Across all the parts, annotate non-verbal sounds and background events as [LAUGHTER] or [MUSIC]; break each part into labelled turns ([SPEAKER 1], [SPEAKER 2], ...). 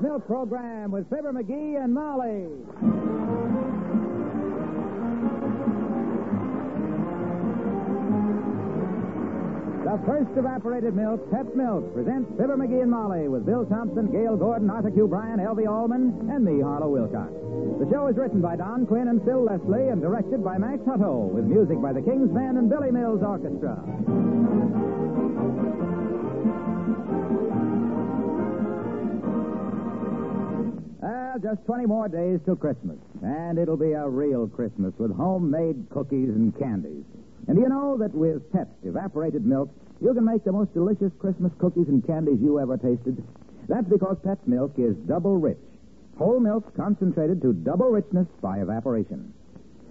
[SPEAKER 1] Milk Program with Fibber McGee and Molly. The first evaporated milk, Pep Milk, presents Fibber McGee and Molly with Bill Thompson, Gail Gordon, Arthur Q. Bryan, L.V. Allman, and me, Harlow Wilcox. The show is written by Don Quinn and Phil Leslie and directed by Max Hutto with music by the King's Men and Billy Mills Orchestra. Well, Uh, just 20 more days till Christmas. And it'll be a real Christmas with homemade cookies and candies. And do you know that with Pep's evaporated milk, you can make the most delicious Christmas cookies and candies you ever tasted? That's because Pep's milk is double rich. Whole milk concentrated to double richness by evaporation.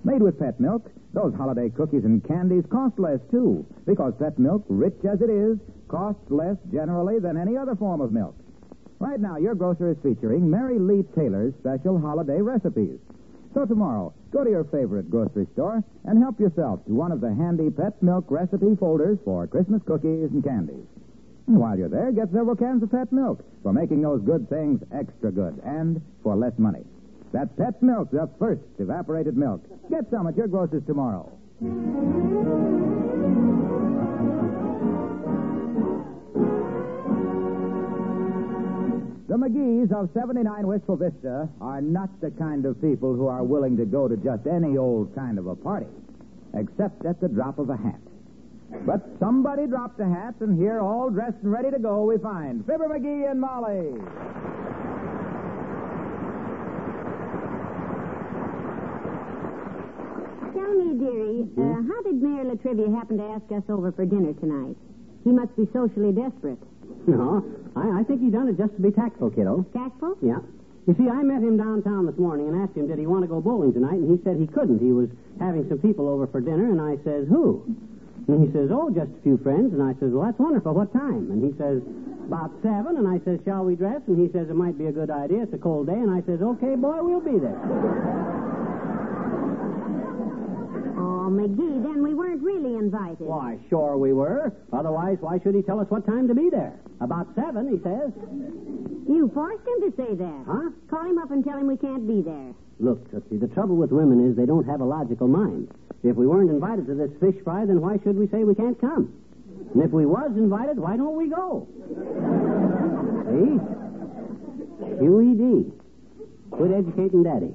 [SPEAKER 1] Made with pet milk, those holiday cookies and candies cost less, too, because pet milk, rich as it is, costs less generally than any other form of milk. Right now, your grocer is featuring Mary Lee Taylor's special holiday recipes. So tomorrow, go to your favorite grocery store and help yourself to one of the handy pet milk recipe folders for Christmas cookies and candies. And while you're there, get several cans of pet milk for making those good things extra good and for less money. That's pet milk, the first evaporated milk. Get some at your grocer's tomorrow. The McGee's of 79 Wistful Vista are not the kind of people who are willing to go to just any old kind of a party, except at the drop of a hat. But somebody dropped a hat, and here, all dressed and ready to go, we find Fibber McGee and Molly.
[SPEAKER 2] Tell me, dearie, uh,
[SPEAKER 3] Hmm?
[SPEAKER 2] how did Mayor Latrivia happen to ask us over for dinner tonight? He must be socially desperate.
[SPEAKER 3] No, I, I think he done it just to be tactful, kiddo.
[SPEAKER 2] Tactful?
[SPEAKER 3] Yeah. You see, I met him downtown this morning and asked him, did he want to go bowling tonight? And he said he couldn't. He was having some people over for dinner, and I says, who? And he says, oh, just a few friends. And I says, well, that's wonderful. What time? And he says, about seven. And I says, shall we dress? And he says, it might be a good idea. It's a cold day. And I says, okay, boy, we'll be there.
[SPEAKER 2] Oh, McGee, then we weren't really invited.
[SPEAKER 3] Why, sure we were. Otherwise, why should he tell us what time to be there? About seven, he says.
[SPEAKER 2] You forced him to say that.
[SPEAKER 3] Huh?
[SPEAKER 2] Call him up and tell him we can't be there.
[SPEAKER 3] Look, Tootsie, the trouble with women is they don't have a logical mind. If we weren't invited to this fish fry, then why should we say we can't come? And if we was invited, why don't we go? See? QED. Quit educating Daddy.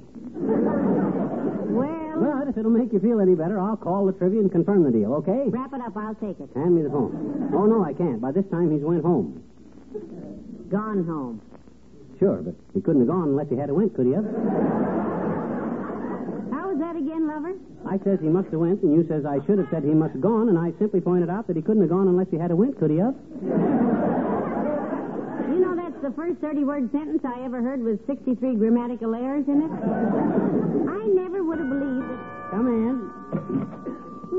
[SPEAKER 2] Well,
[SPEAKER 3] But if it'll make you feel any better, I'll call the trivia and confirm the deal, okay?
[SPEAKER 2] wrap it up. I'll take it.
[SPEAKER 3] Hand me the phone. Oh, no, I can't. By this time, he's went home.
[SPEAKER 2] Gone home.
[SPEAKER 3] Sure, but he couldn't have gone unless he had a went, could he have?
[SPEAKER 2] How was that again, lover?
[SPEAKER 3] I says he must have went, and you says I should have said he must have gone, and I simply pointed out that he couldn't have gone unless he had a went, could he have?
[SPEAKER 2] You know, that's the first 30 word sentence I ever heard with 63 grammatical errors in it. I never would have believed it.
[SPEAKER 3] Come in.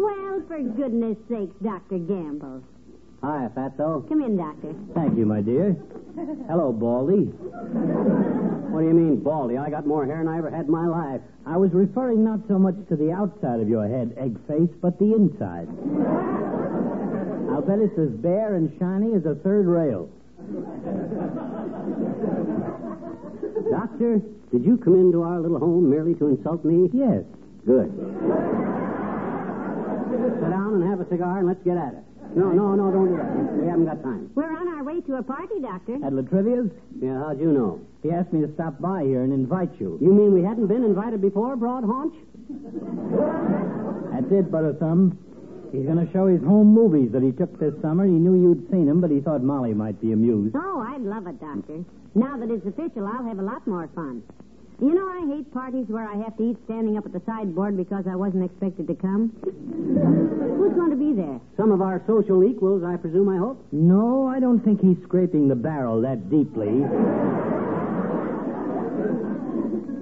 [SPEAKER 2] Well, for goodness sakes, Dr. Gamble.
[SPEAKER 3] Hi, Fatso.
[SPEAKER 2] Come in, Doctor.
[SPEAKER 3] Thank you, my dear. Hello, Baldy. What do you mean, Baldy? I got more hair than I ever had in my life. I was referring not so much to the outside of your head, egg face, but the inside. I'll bet it's as bare and shiny as a third rail. Doctor, did you come into our little home merely to insult me? Yes. Good. Sit down and have a cigar and let's get at it. No, no, no, don't do that. We haven't got time.
[SPEAKER 2] We're on our way to a party, Doctor.
[SPEAKER 3] At Latrivia's? Yeah, how'd you know?
[SPEAKER 4] He asked me to stop by here and invite you.
[SPEAKER 3] You mean we hadn't been invited before, Broad Haunch?
[SPEAKER 4] I did, Brother Thumb. He's going to show his home movies that he took this summer. He knew you'd seen him, but he thought Molly might be amused.
[SPEAKER 2] Oh, I'd love it, Doctor. Now that it's official, I'll have a lot more fun. You know, I hate parties where I have to eat standing up at the sideboard because I wasn't expected to come. Who's going to be there?
[SPEAKER 3] Some of our social equals, I presume, I hope.
[SPEAKER 4] No, I don't think he's scraping the barrel that deeply.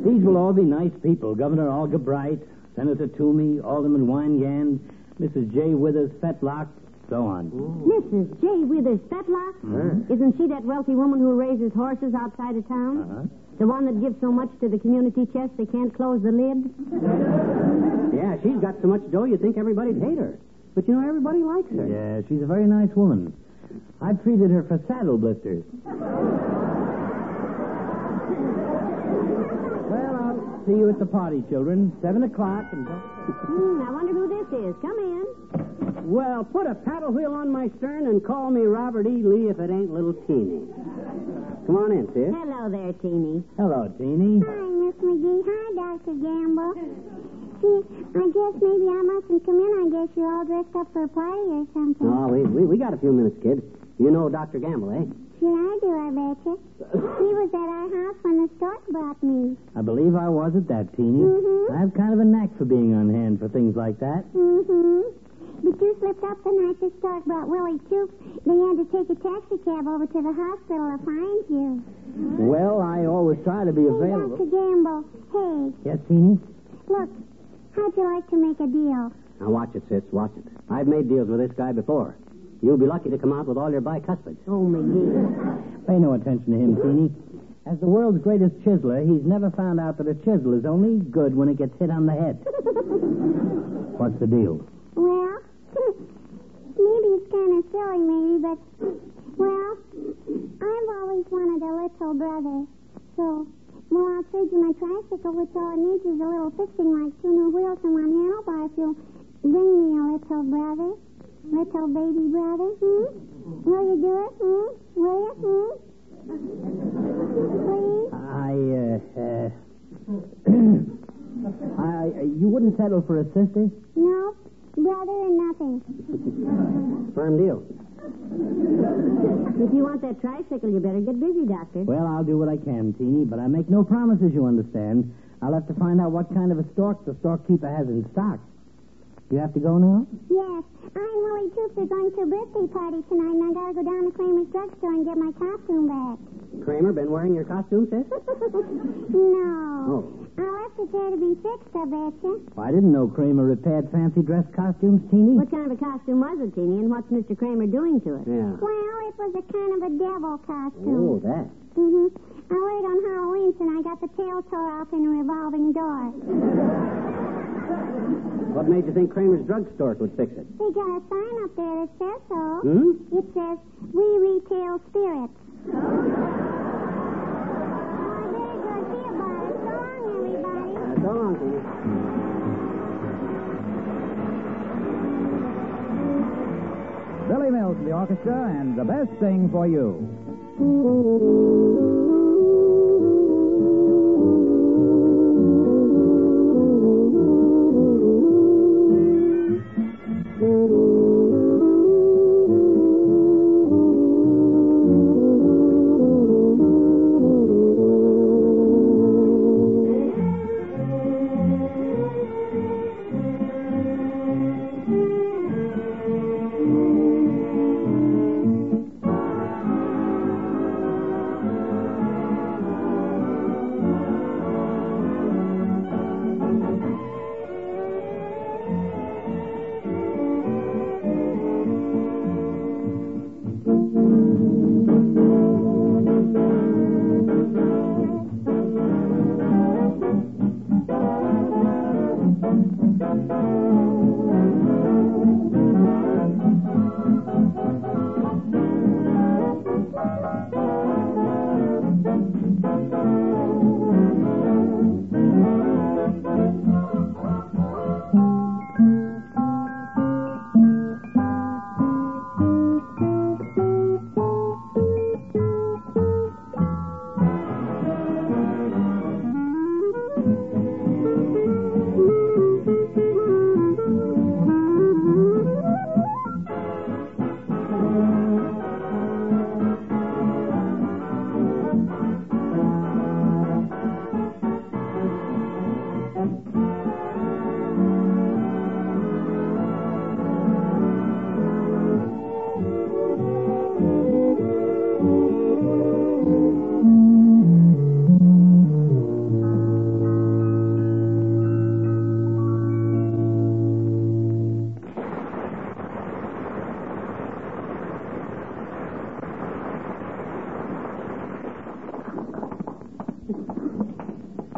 [SPEAKER 4] These will all be nice people Governor Algebright, Senator Toomey, Alderman Weingan, Mrs. J. Withers, Fetlock, so on.
[SPEAKER 2] Mrs. J. Withers Fetlock?
[SPEAKER 3] Oh,
[SPEAKER 2] Isn't she that wealthy woman who raises horses outside of town?
[SPEAKER 4] Uh-huh.
[SPEAKER 2] The one that gives so much to the community chest they can't close the lid?
[SPEAKER 3] Yeah, she's got so much dough you'd think everybody'd hate her. But you know, everybody likes her.
[SPEAKER 4] Yeah, she's a very nice woman. I've treated her for saddle blisters. see you at the party, children. Seven o'clock and.
[SPEAKER 2] Hmm, I wonder who this is. Come in.
[SPEAKER 3] Well, put a paddle wheel on my stern and call me Robert E. Lee if it ain't little Teeny. Come on in, sis.
[SPEAKER 2] Hello there, Teeny.
[SPEAKER 4] Hello, Teeny.
[SPEAKER 5] Hi, Miss McGee. Hi, Dr. Gamble. Gee, I guess maybe I mustn't come in. I guess you're all dressed up for a party or something.
[SPEAKER 3] Oh, we, we, we got a few minutes, kid. You know Dr. Gamble, eh?
[SPEAKER 5] Sure, I do, I betcha. He was at our house when the stork brought me.
[SPEAKER 4] I believe I was at that, Teeny.
[SPEAKER 3] Mm-hmm.
[SPEAKER 5] Mhm.
[SPEAKER 4] I have kind of a knack for being on hand for things like that.
[SPEAKER 5] Mm-hmm. But you slipped up the night the stork brought Willie too. They had to take a taxi cab over to the hospital to find you.
[SPEAKER 4] Well, I always try to be
[SPEAKER 5] Hey, Dr. Gamble. Hey,
[SPEAKER 4] Yes, Teeny?
[SPEAKER 5] look. How'd you like to make a deal?
[SPEAKER 3] Now watch it, sis. Watch it. I've made deals with this guy before. You'll be lucky to come out with all your bicuspids.
[SPEAKER 2] Oh, McGee.
[SPEAKER 4] Pay no attention to him, Teeny. As the world's greatest chiseler, he's never found out that a chisel is only good when it gets hit on the
[SPEAKER 3] [LAUGHS]
[SPEAKER 4] head. What's the deal?
[SPEAKER 5] Well, maybe it's kind of silly, maybe, but, well, I've always wanted a little brother. So, well, I'll trade you my tricycle, which all it needs is a little fixing, like two new wheels and one handlebar, if you'll bring me a little brother. Little baby brother, hmm? Will you do it, hmm? Will you, hmm? Please?
[SPEAKER 4] I, uh, uh, [CLEARS THROAT] I, uh, you wouldn't settle for a sister?
[SPEAKER 5] No? Brother or nothing.
[SPEAKER 3] Firm deal.
[SPEAKER 2] If you want that tricycle, you better get busy, Doctor.
[SPEAKER 4] Well, I'll do what I can, Teeny, but I make no promises, you understand. I'll have to find out what kind of a stork the storekeeper has in stock. You have to go now?
[SPEAKER 5] Yes, I'm Willie Toops are going to a birthday party tonight, and I gotta go down to Kramer's drugstore and get my costume back. [LAUGHS]
[SPEAKER 3] Kramer, been wearing your costume, sis? Oh.
[SPEAKER 5] no. I left it there to be fixed, I betcha.
[SPEAKER 4] Oh, I didn't know Kramer repaired fancy dress costumes, Teeny.
[SPEAKER 2] What kind of a costume was it, Teeny, and what's Mr. Kramer doing to it?
[SPEAKER 3] Yeah.
[SPEAKER 5] Well, it was a kind of a devil costume.
[SPEAKER 3] Oh, that.
[SPEAKER 5] Mm-hmm. I wore it on Halloween, and I got the tail tore off in a revolving door.
[SPEAKER 3] What made you think Kramer's drugstore would fix it?
[SPEAKER 5] They got a sign up there that says so.
[SPEAKER 3] Hmm?
[SPEAKER 5] It says, We retail spirits. Oh, well, I better go see about it. So long, everybody.
[SPEAKER 3] Uh, so long, Teeny.
[SPEAKER 1] Billy Mills and the orchestra, and the best thing for you.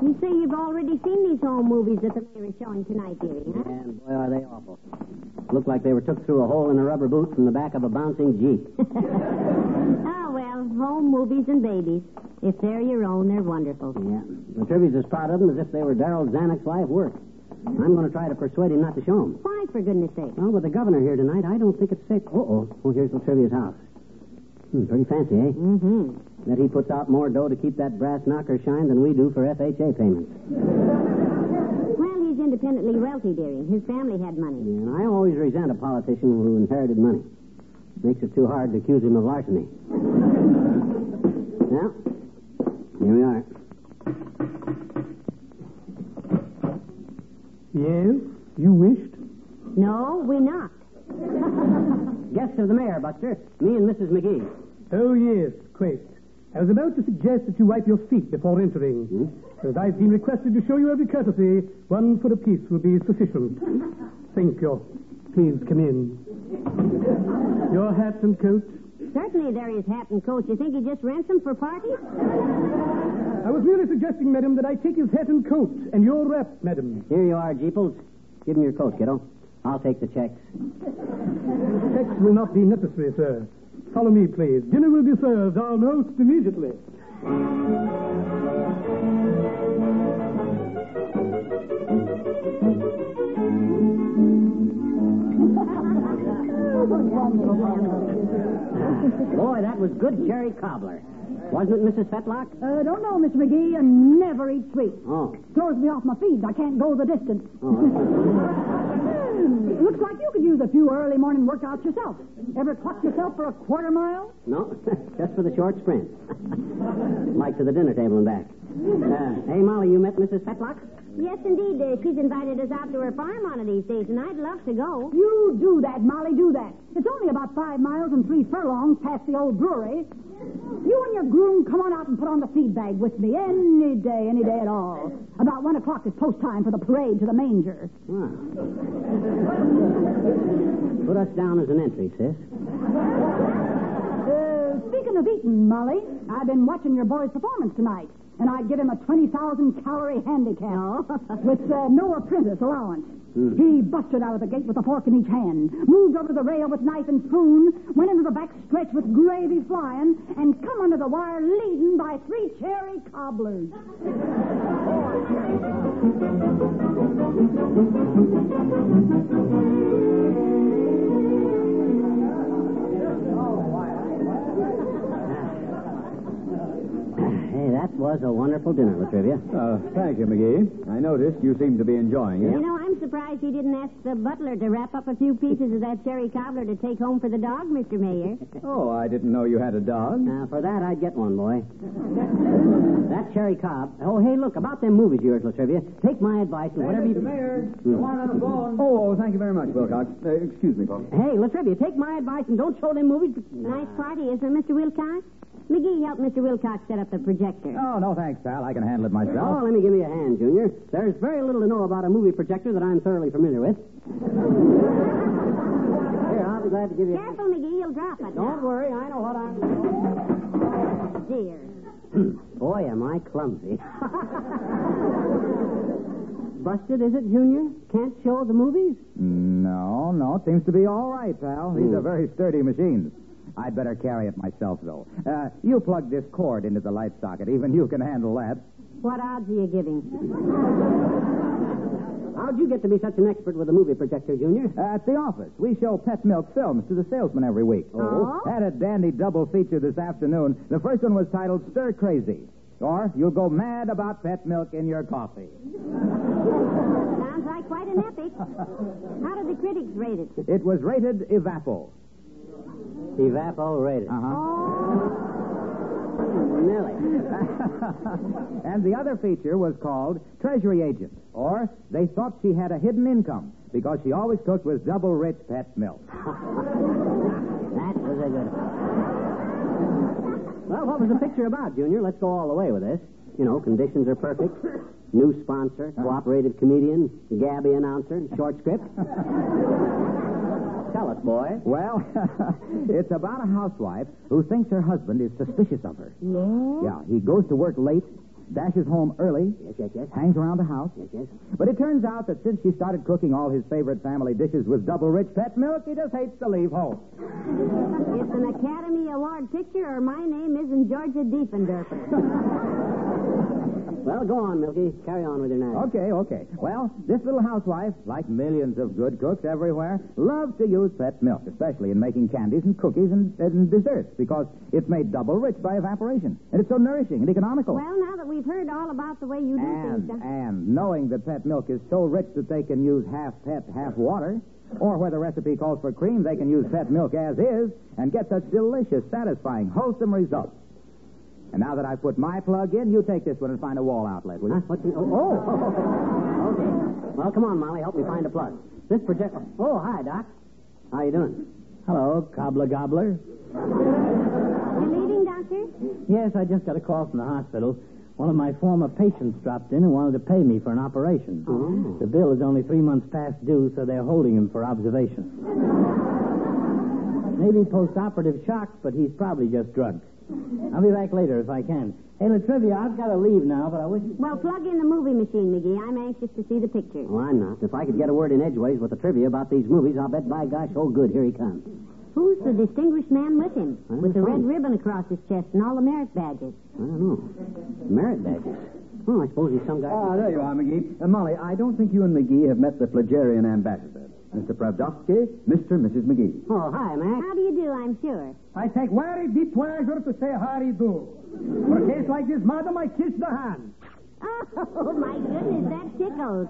[SPEAKER 2] You say you've already seen these home movies that the mayor is showing tonight, dearie,
[SPEAKER 3] [LAUGHS]
[SPEAKER 2] huh?
[SPEAKER 3] And boy, are they awful. Looked like they were took through a hole in a rubber boot from the back of a bouncing jeep.
[SPEAKER 2] Oh, well, home movies and babies. If they're your own, they're wonderful.
[SPEAKER 3] Yeah. The tributes as proud of them as if they were Darrell Zanuck's life work. I'm going to try to persuade him not to show them.
[SPEAKER 2] Why, for goodness sake?
[SPEAKER 3] Well, with the governor here tonight, I don't think it's safe. Uh-oh. Oh, here's Latrivia's house. Hmm, pretty fancy, eh?
[SPEAKER 2] Mm-hmm.
[SPEAKER 3] That he puts out more dough to keep that brass knocker shine than we do for FHA payments.
[SPEAKER 2] Well, he's independently wealthy, dearie. His family had money.
[SPEAKER 3] And I always resent a politician who inherited money. Makes it too hard to accuse him of larceny. [LAUGHS] well, here we are.
[SPEAKER 6] Yes, you wished.
[SPEAKER 2] No, we knocked.
[SPEAKER 3] Guest of the mayor, Buster. Me and Mrs. McGee.
[SPEAKER 6] Oh, yes, Quest. I was about to suggest that you wipe your feet before entering.
[SPEAKER 3] Hmm?
[SPEAKER 6] As I've been requested to show you every courtesy, one foot apiece will be sufficient. Thank you. Please come in. Your hat and coat.
[SPEAKER 2] Certainly there is hat and coat. You think he just rents them for parties?
[SPEAKER 6] I was merely suggesting, madam, that I take his hat and coat and your wrap, madam.
[SPEAKER 3] Here you are, Jeeples. Give him your coat, kiddo. I'll take the checks.
[SPEAKER 6] Checks will not be necessary, sir. Follow me, please. Dinner will be served almost immediately.
[SPEAKER 2] Uh,
[SPEAKER 3] Boy, that was good cherry cobbler. Wasn't it, Mrs. Fetlock?
[SPEAKER 7] Uh, don't know, Mr. McGee, and never eat sweets.
[SPEAKER 3] Oh.
[SPEAKER 7] Throws me off my feed. I can't go the distance.
[SPEAKER 3] oh.
[SPEAKER 7] Hmm, Looks like you could use a few early morning workouts yourself. Ever clock yourself for a quarter mile?
[SPEAKER 3] No, [LAUGHS] just for the short sprint. [LAUGHS] like to the dinner table and back. Uh, hey, Molly, you met Mrs. Fetlock?
[SPEAKER 2] Yes, indeed. Uh, she's invited us out to her farm one of these days, and I'd love to go.
[SPEAKER 7] You do that, Molly, do that. It's only about five miles and three furlongs past the old brewery. You and your groom come on out and put on the feed bag with me any day, any day at all. About one o'clock is post time for the parade to the manger.
[SPEAKER 3] Ah. Put us down as an entry, sis. [SIGHS]
[SPEAKER 7] Uh, speaking of eating, Molly, I've been watching your boy's performance tonight, and I'd give him a 20,000 calorie handicap with uh, Noah Prentice allowance. He busted out of the gate with a fork in each hand, moved over to the rail with knife and spoon, went into the back stretch with gravy flying, and come under the wire leading by three cherry cobblers.
[SPEAKER 3] Hey, that was a wonderful dinner, Latrivia.
[SPEAKER 1] Uh, thank you, McGee. I noticed you seem to be enjoying
[SPEAKER 2] You know, I'm surprised he didn't ask the butler to wrap up a few pieces of that cherry cobbler to take home for the dog,
[SPEAKER 7] [LAUGHS]
[SPEAKER 2] Mr. Mayor.
[SPEAKER 1] Oh, I didn't know you had a dog.
[SPEAKER 3] Now, for that, I'd get one, boy. that Cherry Cobb. Oh, hey, look, about them movies of yours, Latrivia. Take my advice and whatever you...
[SPEAKER 6] Mayor,
[SPEAKER 3] you
[SPEAKER 6] want on the phone?
[SPEAKER 1] Mm. Oh, thank you very much, Wilcox. Uh, excuse me, folks.
[SPEAKER 3] Hey, Latrivia, take my advice and don't show them movies.
[SPEAKER 2] Nice party, isn't it, Mr. Wilcox? McGee helped Mr. Wilcox set up the projector.
[SPEAKER 1] Oh, no, thanks, pal. I can handle it
[SPEAKER 3] Oh,
[SPEAKER 1] myself.
[SPEAKER 3] let me give you a hand, Junior. There's very little to know about a movie projector that I'm thoroughly familiar with. Here, I'll be glad to give you.
[SPEAKER 2] Careful, McGee, you'll drop it.
[SPEAKER 3] Don't worry, I know what I'm.
[SPEAKER 7] Oh.
[SPEAKER 2] Dear.
[SPEAKER 3] [CLEARS THROAT] Boy, am I clumsy. [LAUGHS] Busted, is it, Junior? Can't show the movies?
[SPEAKER 1] No, no, it seems to be all right, pal. These are very sturdy machines. I'd better carry it myself, though. Uh, you plug this cord into the light socket. Even you can handle that.
[SPEAKER 2] What odds are you giving?
[SPEAKER 3] How'd you get to be such an expert with a movie projector, Junior?
[SPEAKER 1] Uh, At the office, we show pet milk films to the salesman every week.
[SPEAKER 2] Oh.
[SPEAKER 1] Had a dandy double feature this afternoon. The first one was titled Stir Crazy, or You'll Go Mad About Pet Milk in Your Coffee.
[SPEAKER 2] Sounds like quite an epic. How did the critics rate it?
[SPEAKER 1] It was rated Evapo.
[SPEAKER 3] Evaporated.
[SPEAKER 4] Oh,
[SPEAKER 1] Uh-huh.
[SPEAKER 3] Nelly.
[SPEAKER 1] [LAUGHS] and the other feature was called Treasury Agent, or They Thought She Had a Hidden Income because she always cooked with double rich pet milk.
[SPEAKER 3] That was a good one. Well, what was the picture about, Junior? Let's go all the way with this. You know, conditions are perfect. New sponsor, cooperative comedian, Gabby announcer, short script. Tell us, boy.
[SPEAKER 1] Well, [LAUGHS] it's about a housewife who thinks her husband is suspicious of her.
[SPEAKER 2] Yeah?
[SPEAKER 1] Yeah, he goes to work late, dashes home early,
[SPEAKER 3] Yes, yes, yes.
[SPEAKER 1] hangs around the house.
[SPEAKER 3] Yes, yes.
[SPEAKER 1] But it turns out that since she started cooking all his favorite family dishes with double rich pet milk, he just hates to leave home.
[SPEAKER 2] It's an Academy Award picture, or my name isn't Georgia Diefendorfer.
[SPEAKER 3] Well, go on, Milky. Carry on with your narrative.
[SPEAKER 1] Okay, okay. Well, this little housewife, like millions of good cooks everywhere, loves to use pet milk, especially in making candies and cookies and, and desserts, because it's made double rich by evaporation. And it's so nourishing and
[SPEAKER 7] Oh.
[SPEAKER 1] economical.
[SPEAKER 2] Well, now that we've heard all about the way you do
[SPEAKER 1] and,
[SPEAKER 4] Mm-hmm.
[SPEAKER 2] things, uh,
[SPEAKER 1] and knowing that pet milk is so rich that they can use half pet, half water, or where the recipe calls for cream, they can use pet milk as is and get such delicious, satisfying, wholesome results. And now that I've put my plug in, you take this one and find a wall outlet, will you?
[SPEAKER 3] Huh? What's the... Oh, oh. okay. Well, come on, Molly. Help me find a plug. This project. Oh, hi, Doc. How you doing?
[SPEAKER 4] Hello, Cobbler Gobbler.
[SPEAKER 2] you're leaving, Doctor?
[SPEAKER 4] Yes, I just got a call from the hospital. One of my former patients dropped in and wanted to pay me for an operation.
[SPEAKER 3] Oh.
[SPEAKER 4] The bill is only three months past due, so they're holding him for observation. Maybe post-operative shock, but he's probably just drugged. I'll be back later if I can. Hey, Latrivia, I've got to leave now, but I wish...
[SPEAKER 2] Well, plug in the movie machine, McGee. I'm anxious to see the picture.
[SPEAKER 3] Well, I'm not. If I could get a word in edgeways with the trivia about these movies, I'll bet by gosh, oh, good, here he comes.
[SPEAKER 2] Who's the distinguished man with him?
[SPEAKER 3] Well,
[SPEAKER 2] With the
[SPEAKER 3] that's
[SPEAKER 2] red
[SPEAKER 3] fine.
[SPEAKER 2] ribbon across his chest and all the merit badges.
[SPEAKER 3] I don't know. Merit badges. Oh, I suppose he's some guy.
[SPEAKER 1] Ah, there you are, McGee. Uh, Molly, I don't think you and McGee have met the Plagarian ambassador. Mr. Pravdovsky, Mr. and Mrs. McGee.
[SPEAKER 3] Oh, hi, Mac.
[SPEAKER 2] How do you do, I'm sure.
[SPEAKER 6] I take very deep pleasure to say how do you do. For a case like this, madam, I kiss the hand.
[SPEAKER 2] [LAUGHS] Oh, my goodness, that tickles.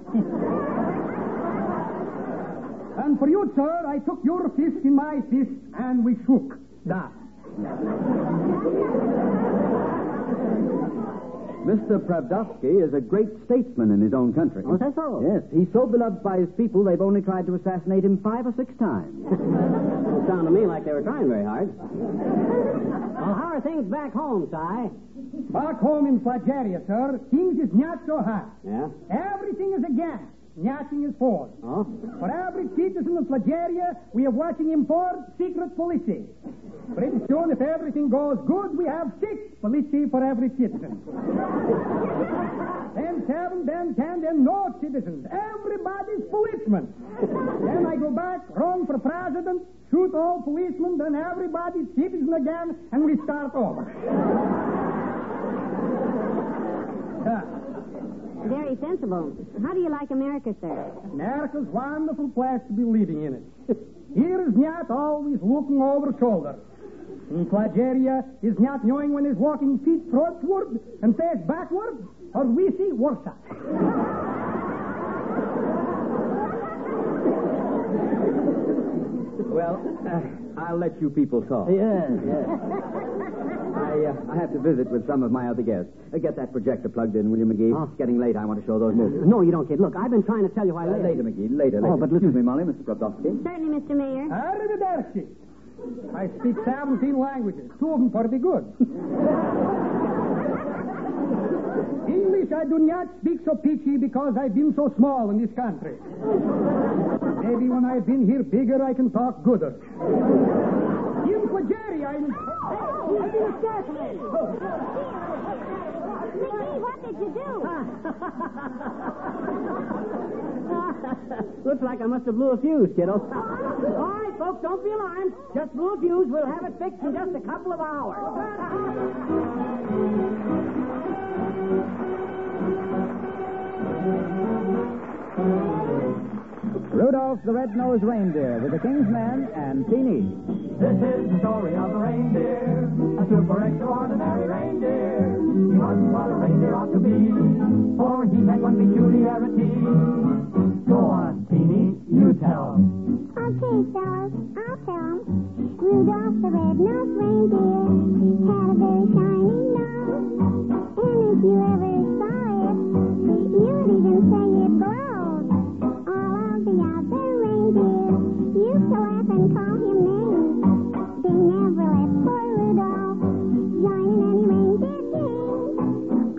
[SPEAKER 6] And for you, sir, I took your fist in my fist and we shook. Da.
[SPEAKER 1] Mr. Pravdovsky is a great statesman in his own country.
[SPEAKER 3] Oh, is that so?
[SPEAKER 1] Yes, he's so beloved by his people, they've only tried to assassinate him five or six times.
[SPEAKER 3] Doesn't sound to me like they were trying very hard. well, how are things back home, Si?
[SPEAKER 6] Back home in Flageria, sir, things is not so hot.
[SPEAKER 3] Yeah?
[SPEAKER 6] Everything is again. Nothing is for.
[SPEAKER 3] Oh?
[SPEAKER 6] For every citizen of Flageria, we are watching him for secret policy. Pretty soon, if everything goes good, we have six policy for every citizen. then seven, then ten, then no citizens. Everybody's policeman. then I go back, run for president, shoot all policemen, then everybody's citizen again, and we start over. Yeah.
[SPEAKER 2] Very sensible. How do you like America, sir?
[SPEAKER 6] America's wonderful place to be living in it. Here is not always looking over shoulder. In Plageria is not knowing when he's walking feet frontward and face backward, or we see worse.
[SPEAKER 1] well, uh, I'll let you people talk.
[SPEAKER 4] Yes, yes.
[SPEAKER 1] I, uh, I have to visit with some of my other guests. Uh, get that projector plugged in, will you, McGee?
[SPEAKER 3] Oh.
[SPEAKER 1] It's getting late. I want to show those movies.
[SPEAKER 3] No, you don't, kid. Look, I've been trying to tell you why
[SPEAKER 1] Uh, later, McGee, later, later.
[SPEAKER 3] Mm-hmm. Oh, but listen-
[SPEAKER 1] Excuse me, Molly, Mr. Pravdovsky.
[SPEAKER 2] Certainly, Mr. Mayor.
[SPEAKER 6] Arrivederci. I speak 17 languages, two of them pretty good. English I do not speak so pitchy because I've been so small in this country. Maybe when I've been here bigger, I can talk gooder. In Plageria, I'm...
[SPEAKER 5] I've been assassinated. McGee, what did you do?
[SPEAKER 3] [LAUGHS] Looks like I must have blew a fuse, kiddo. [LAUGHS] All right, folks, don't be alarmed. Just blew a fuse. We'll have it fixed in just a couple
[SPEAKER 8] [LAUGHS]
[SPEAKER 3] of hours.
[SPEAKER 1] Rudolph the Red-Nosed Reindeer with the King's Men and Teeny.
[SPEAKER 9] This is the story of a reindeer, a super extraordinary reindeer. He was what a reindeer ought to be, for he had one peculiarity. Go on, Teeny, you tell 'em.
[SPEAKER 5] Okay, fellas, I'll tell 'em. Rudolph the red-nosed reindeer had a very shiny nose, and if you ever saw it, you'd even say it glowed. All of the other reindeer used to laugh and call him names. They never let poor Rudolph join in any reindeer games.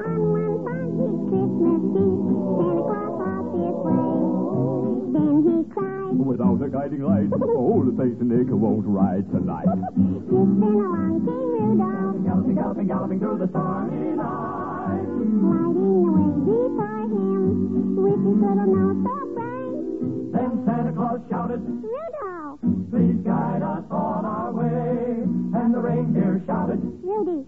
[SPEAKER 5] On one foggy Christmas Eve, Santa Claus lost his way. Then he cried.
[SPEAKER 9] Without a guiding light, old Saint Nick won't ride tonight.
[SPEAKER 5] It's been a long day, Rudolph.
[SPEAKER 9] galloping, galloping, galloping through the stormy night.
[SPEAKER 5] Lighting the way before him with his little nose so bright.
[SPEAKER 9] Then Santa Claus shouted,
[SPEAKER 5] Rudolph,
[SPEAKER 9] Please guide us on our way. And the reindeer shouted,
[SPEAKER 5] Rudy,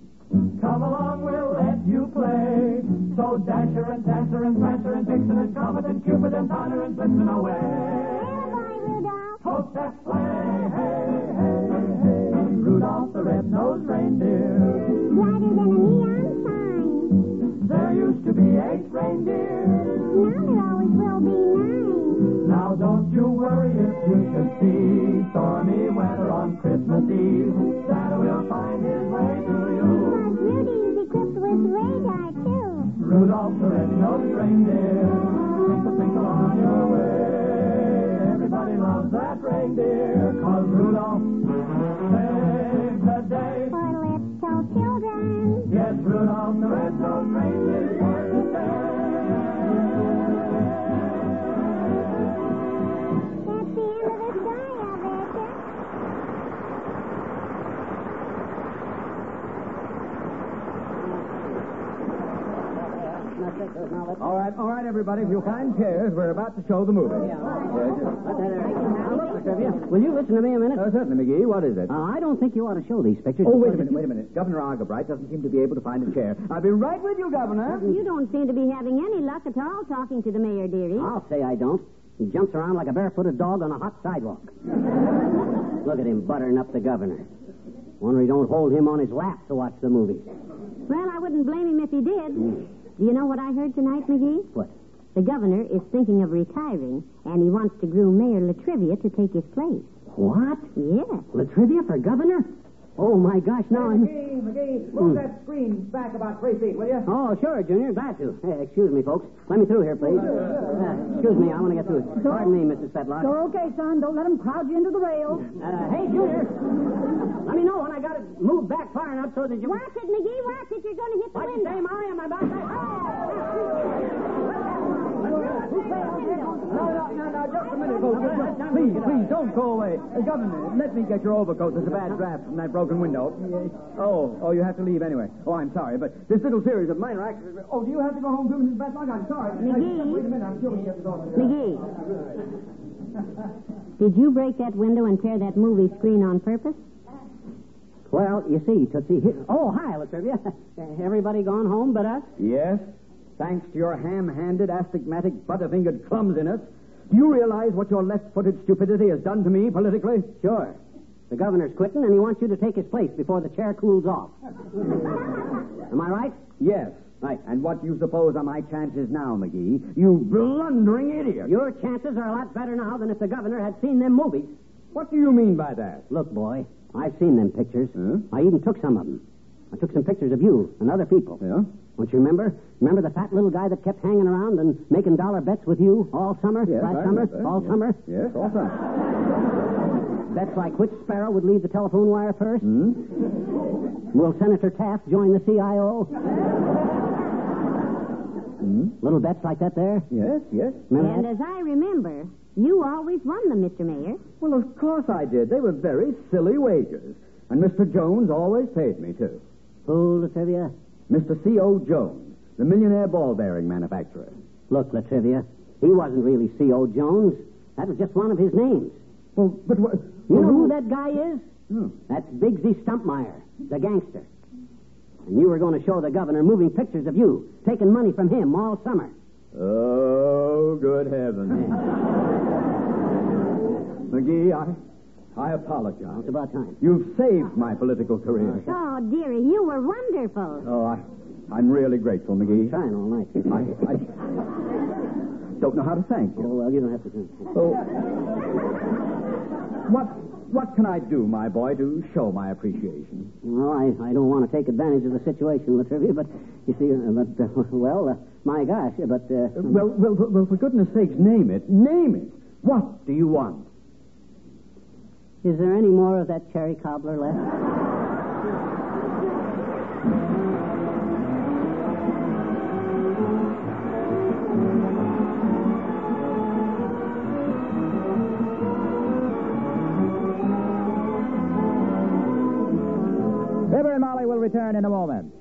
[SPEAKER 9] Come along, we'll let you play. So Dasher and Dancer and Prancer and Vixen and Comet and Cupid and Donner and Blitzen away.
[SPEAKER 5] attaboy, Rudolph.
[SPEAKER 9] Hope that sleigh, hey, hey, hey, hey. Rudolph the red-nosed reindeer.
[SPEAKER 5] Brighter than a neon sign.
[SPEAKER 9] There used to be eight reindeer.
[SPEAKER 5] Now there always will be nine.
[SPEAKER 9] Now don't you worry if you should see stormy weather on Christmas Eve. Santa will find his way to you.
[SPEAKER 5] Because Rudy is equipped with radar, too.
[SPEAKER 9] Rudolph the red-nosed reindeer, twinkle, twinkle on your way. Everybody loves that reindeer, cause Rudolph saves the day.
[SPEAKER 5] For let's tell children.
[SPEAKER 9] Yes, Rudolph the red-nosed reindeer saves the day.
[SPEAKER 5] That's the end of the story, Alberta.
[SPEAKER 8] All right, all right, everybody. If you'll find chairs, we're about to show the movie.
[SPEAKER 3] Now, look, Trivia, [LAUGHS] will you listen to me a minute?
[SPEAKER 8] Oh, certainly, McGee. What is it?
[SPEAKER 3] Uh, I don't think you ought to show these pictures.
[SPEAKER 8] oh, wait a minute, wait a minute. Governor Argabright doesn't seem to be able to find a chair. I'll be right with you, Governor.
[SPEAKER 2] You don't seem to be having any luck at all talking to the mayor, dearie.
[SPEAKER 3] I'll say I don't. He jumps around like a barefooted dog on a hot
[SPEAKER 8] [LAUGHS]
[SPEAKER 3] sidewalk. Look at him buttering up the governor. Wonder he don't hold him on his lap to watch the movie.
[SPEAKER 2] Well, I wouldn't blame him if he did. Do you know what I heard tonight, McGee?
[SPEAKER 3] What?
[SPEAKER 2] The governor is thinking of retiring, and he wants to groom Mayor Latrivia to take his place.
[SPEAKER 3] What?
[SPEAKER 2] Yes.
[SPEAKER 3] Latrivia for governor? Oh my gosh, now I'm. Hmm.
[SPEAKER 6] McGee, McGee, move that screen back about three feet, will you?
[SPEAKER 3] Oh, sure, Junior. Glad to. Hey, excuse me, folks. Let me through here, please. Uh, excuse me, I want to get through. Pardon me, Mrs. Fetlock.
[SPEAKER 10] You're okay, son. Don't let 'em crowd you into the rails.
[SPEAKER 3] Uh, hey, Junior. Let me know when I got it moved back far enough so that you.
[SPEAKER 2] Watch it, McGee. Watch it. You're going to hit the
[SPEAKER 3] What'd you
[SPEAKER 2] window.
[SPEAKER 3] say, Molly? Am
[SPEAKER 6] Oh,
[SPEAKER 3] I about to?
[SPEAKER 6] No, no, no, no, just a minute,
[SPEAKER 8] Oh, just- just- please, please, don't go away. Uh, Governor, let me get your overcoat. There's a bad draft from that broken window. Oh, oh, you have to leave anyway. Oh, I'm sorry, but this little series of minor accidents.
[SPEAKER 6] Oh, do you have to go home too, Mrs. Batlong? I'm sorry.
[SPEAKER 2] McGee?
[SPEAKER 6] Wait a minute, I'm sure he has to go.
[SPEAKER 2] McGee. Mm-hmm. Did you break that window and tear that movie screen on purpose?
[SPEAKER 3] Well, you see, Tootsie. Here. Oh, hi, Latrivia. [LAUGHS] Everybody gone home but us?
[SPEAKER 8] Yes? Thanks to your ham-handed, astigmatic, butterfingered clumsiness. Do you realize what your left-footed stupidity has done to me politically?
[SPEAKER 3] Sure. The governor's quitting, and he wants you to take his place before the chair cools off. Am I right?
[SPEAKER 8] Yes. Right. And what do you suppose are my chances now, McGee? You blundering idiot.
[SPEAKER 3] Your chances are a lot better now than if the governor had seen them movies.
[SPEAKER 8] What do you mean by that?
[SPEAKER 3] Look, boy, I've seen them pictures. I even took some of them. I took some pictures of you and other people.
[SPEAKER 8] Yeah?
[SPEAKER 3] Don't you remember? Remember the fat little guy that kept hanging around and making dollar bets with you all summer?
[SPEAKER 8] Yes,
[SPEAKER 3] last
[SPEAKER 8] I
[SPEAKER 3] summer?
[SPEAKER 8] remember.
[SPEAKER 3] All
[SPEAKER 8] Yes.
[SPEAKER 3] summer?
[SPEAKER 8] Yes, all right.
[SPEAKER 3] Bets like which sparrow would leave the telephone wire first?
[SPEAKER 8] Hmm?
[SPEAKER 3] Will Senator Taft join the CIO? Little bets like that there?
[SPEAKER 8] Yes, yes.
[SPEAKER 3] Remember
[SPEAKER 2] And
[SPEAKER 3] that?
[SPEAKER 2] as I remember, you always won them, Mr. Mayor.
[SPEAKER 8] Well, of course I did. They were very silly wagers. And Mr. Jones always paid me, too.
[SPEAKER 3] Fool, Latrivia.
[SPEAKER 8] Mr. C.O. Jones, the millionaire ball bearing manufacturer.
[SPEAKER 3] Look, Latrivia, he wasn't really C.O. Jones. That was just one of his names.
[SPEAKER 8] Well, but what?
[SPEAKER 3] You know who that guy is?
[SPEAKER 8] Hmm.
[SPEAKER 3] That's Bigsy Stumpmeyer, the gangster. And you were going to show the governor moving pictures of you, taking money from him all summer.
[SPEAKER 8] Oh, good heavens. McGee, I, I
[SPEAKER 3] It's
[SPEAKER 8] apologize.
[SPEAKER 3] about time.
[SPEAKER 8] You've saved my political career.
[SPEAKER 2] Oh, dearie, you were wonderful.
[SPEAKER 8] Oh, I, I'm really grateful, McGee.
[SPEAKER 3] Trying all night.
[SPEAKER 8] I, I [LAUGHS] don't know how to thank
[SPEAKER 3] Oh,
[SPEAKER 8] you.
[SPEAKER 3] well, you don't have to do
[SPEAKER 8] Oh. What, what can I do, my boy, to show my appreciation?
[SPEAKER 3] Well, I, I don't want to take advantage of the situation, Latrivia, but you see, uh, but, uh, [LAUGHS] well, uh, my gosh, but, uh,
[SPEAKER 8] Well, well, well, for goodness sakes, name it. Name it. What do you want?
[SPEAKER 3] is there any more of that cherry cobbler left?
[SPEAKER 8] Fibber and Molly will return in a moment.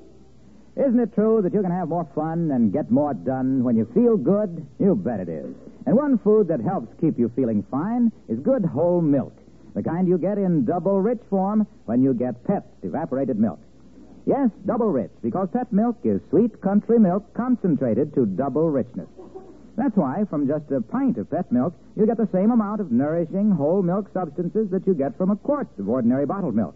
[SPEAKER 1] Isn't it true that you can have more fun and get more done when you feel good? You bet it is. And one food that helps keep you feeling fine is good whole milk, the kind you get in double rich form when you get Pep's evaporated milk. Yes, double rich, because Pep milk is sweet country milk concentrated to double richness. That's why from just a pint of pet milk, you get the same amount of nourishing whole milk substances that you get from a quart of ordinary bottled milk.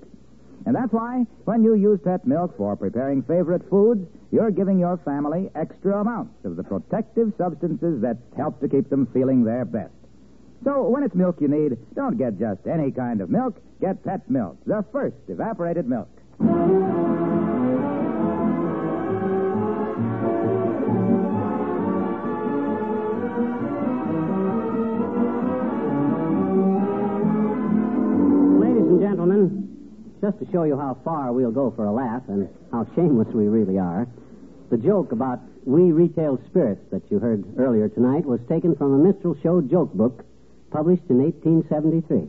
[SPEAKER 1] And that's why when you use pet milk for preparing favorite foods, you're giving your family extra amounts of the protective substances that help to keep them feeling their best. So when it's milk you need, don't get just any kind of milk. Get pet milk, the first evaporated milk.
[SPEAKER 3] Ladies and gentlemen, just to show you how far we'll go for a laugh and how shameless we really are, the joke about we retail spirits that you heard earlier tonight was taken from a minstrel show joke book published in 1873.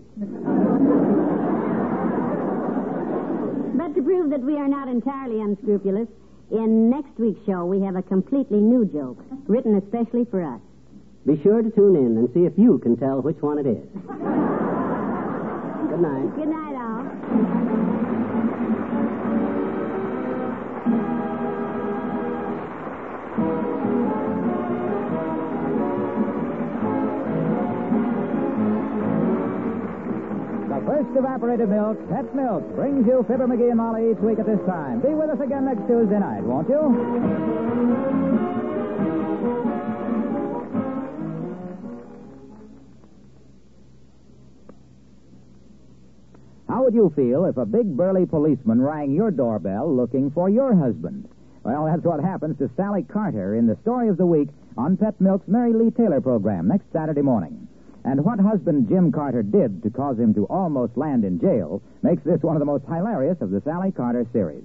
[SPEAKER 2] But to prove that we are not entirely unscrupulous, in next week's show we have a completely new joke, written especially for us.
[SPEAKER 3] Be sure to tune in and see if you can tell which one it is. Good night.
[SPEAKER 2] Good night, all.
[SPEAKER 1] The first evaporated milk, pet milk, brings you Fibber McGee and Molly each week at this time. Be with us again next Tuesday night, won't you? How would you feel if a big burly policeman rang your doorbell looking for your husband? Well, that's what happens to Sally Carter in the story of the week on Pet Milk's Mary Lee Taylor program next Saturday morning. And what husband Jim Carter did to cause him to almost land in jail makes this one of the most hilarious of the Sally Carter series.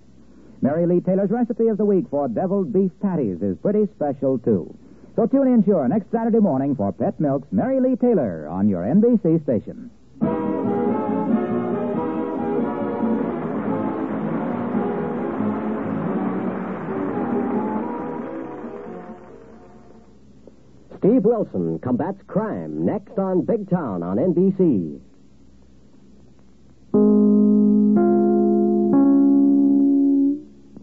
[SPEAKER 1] Mary Lee Taylor's recipe of the week for deviled beef patties is pretty special, too. So tune in sure next Saturday morning for Pet Milk's Mary Lee Taylor on your NBC station.
[SPEAKER 8] Steve Wilson combats crime next on Big Town on NBC.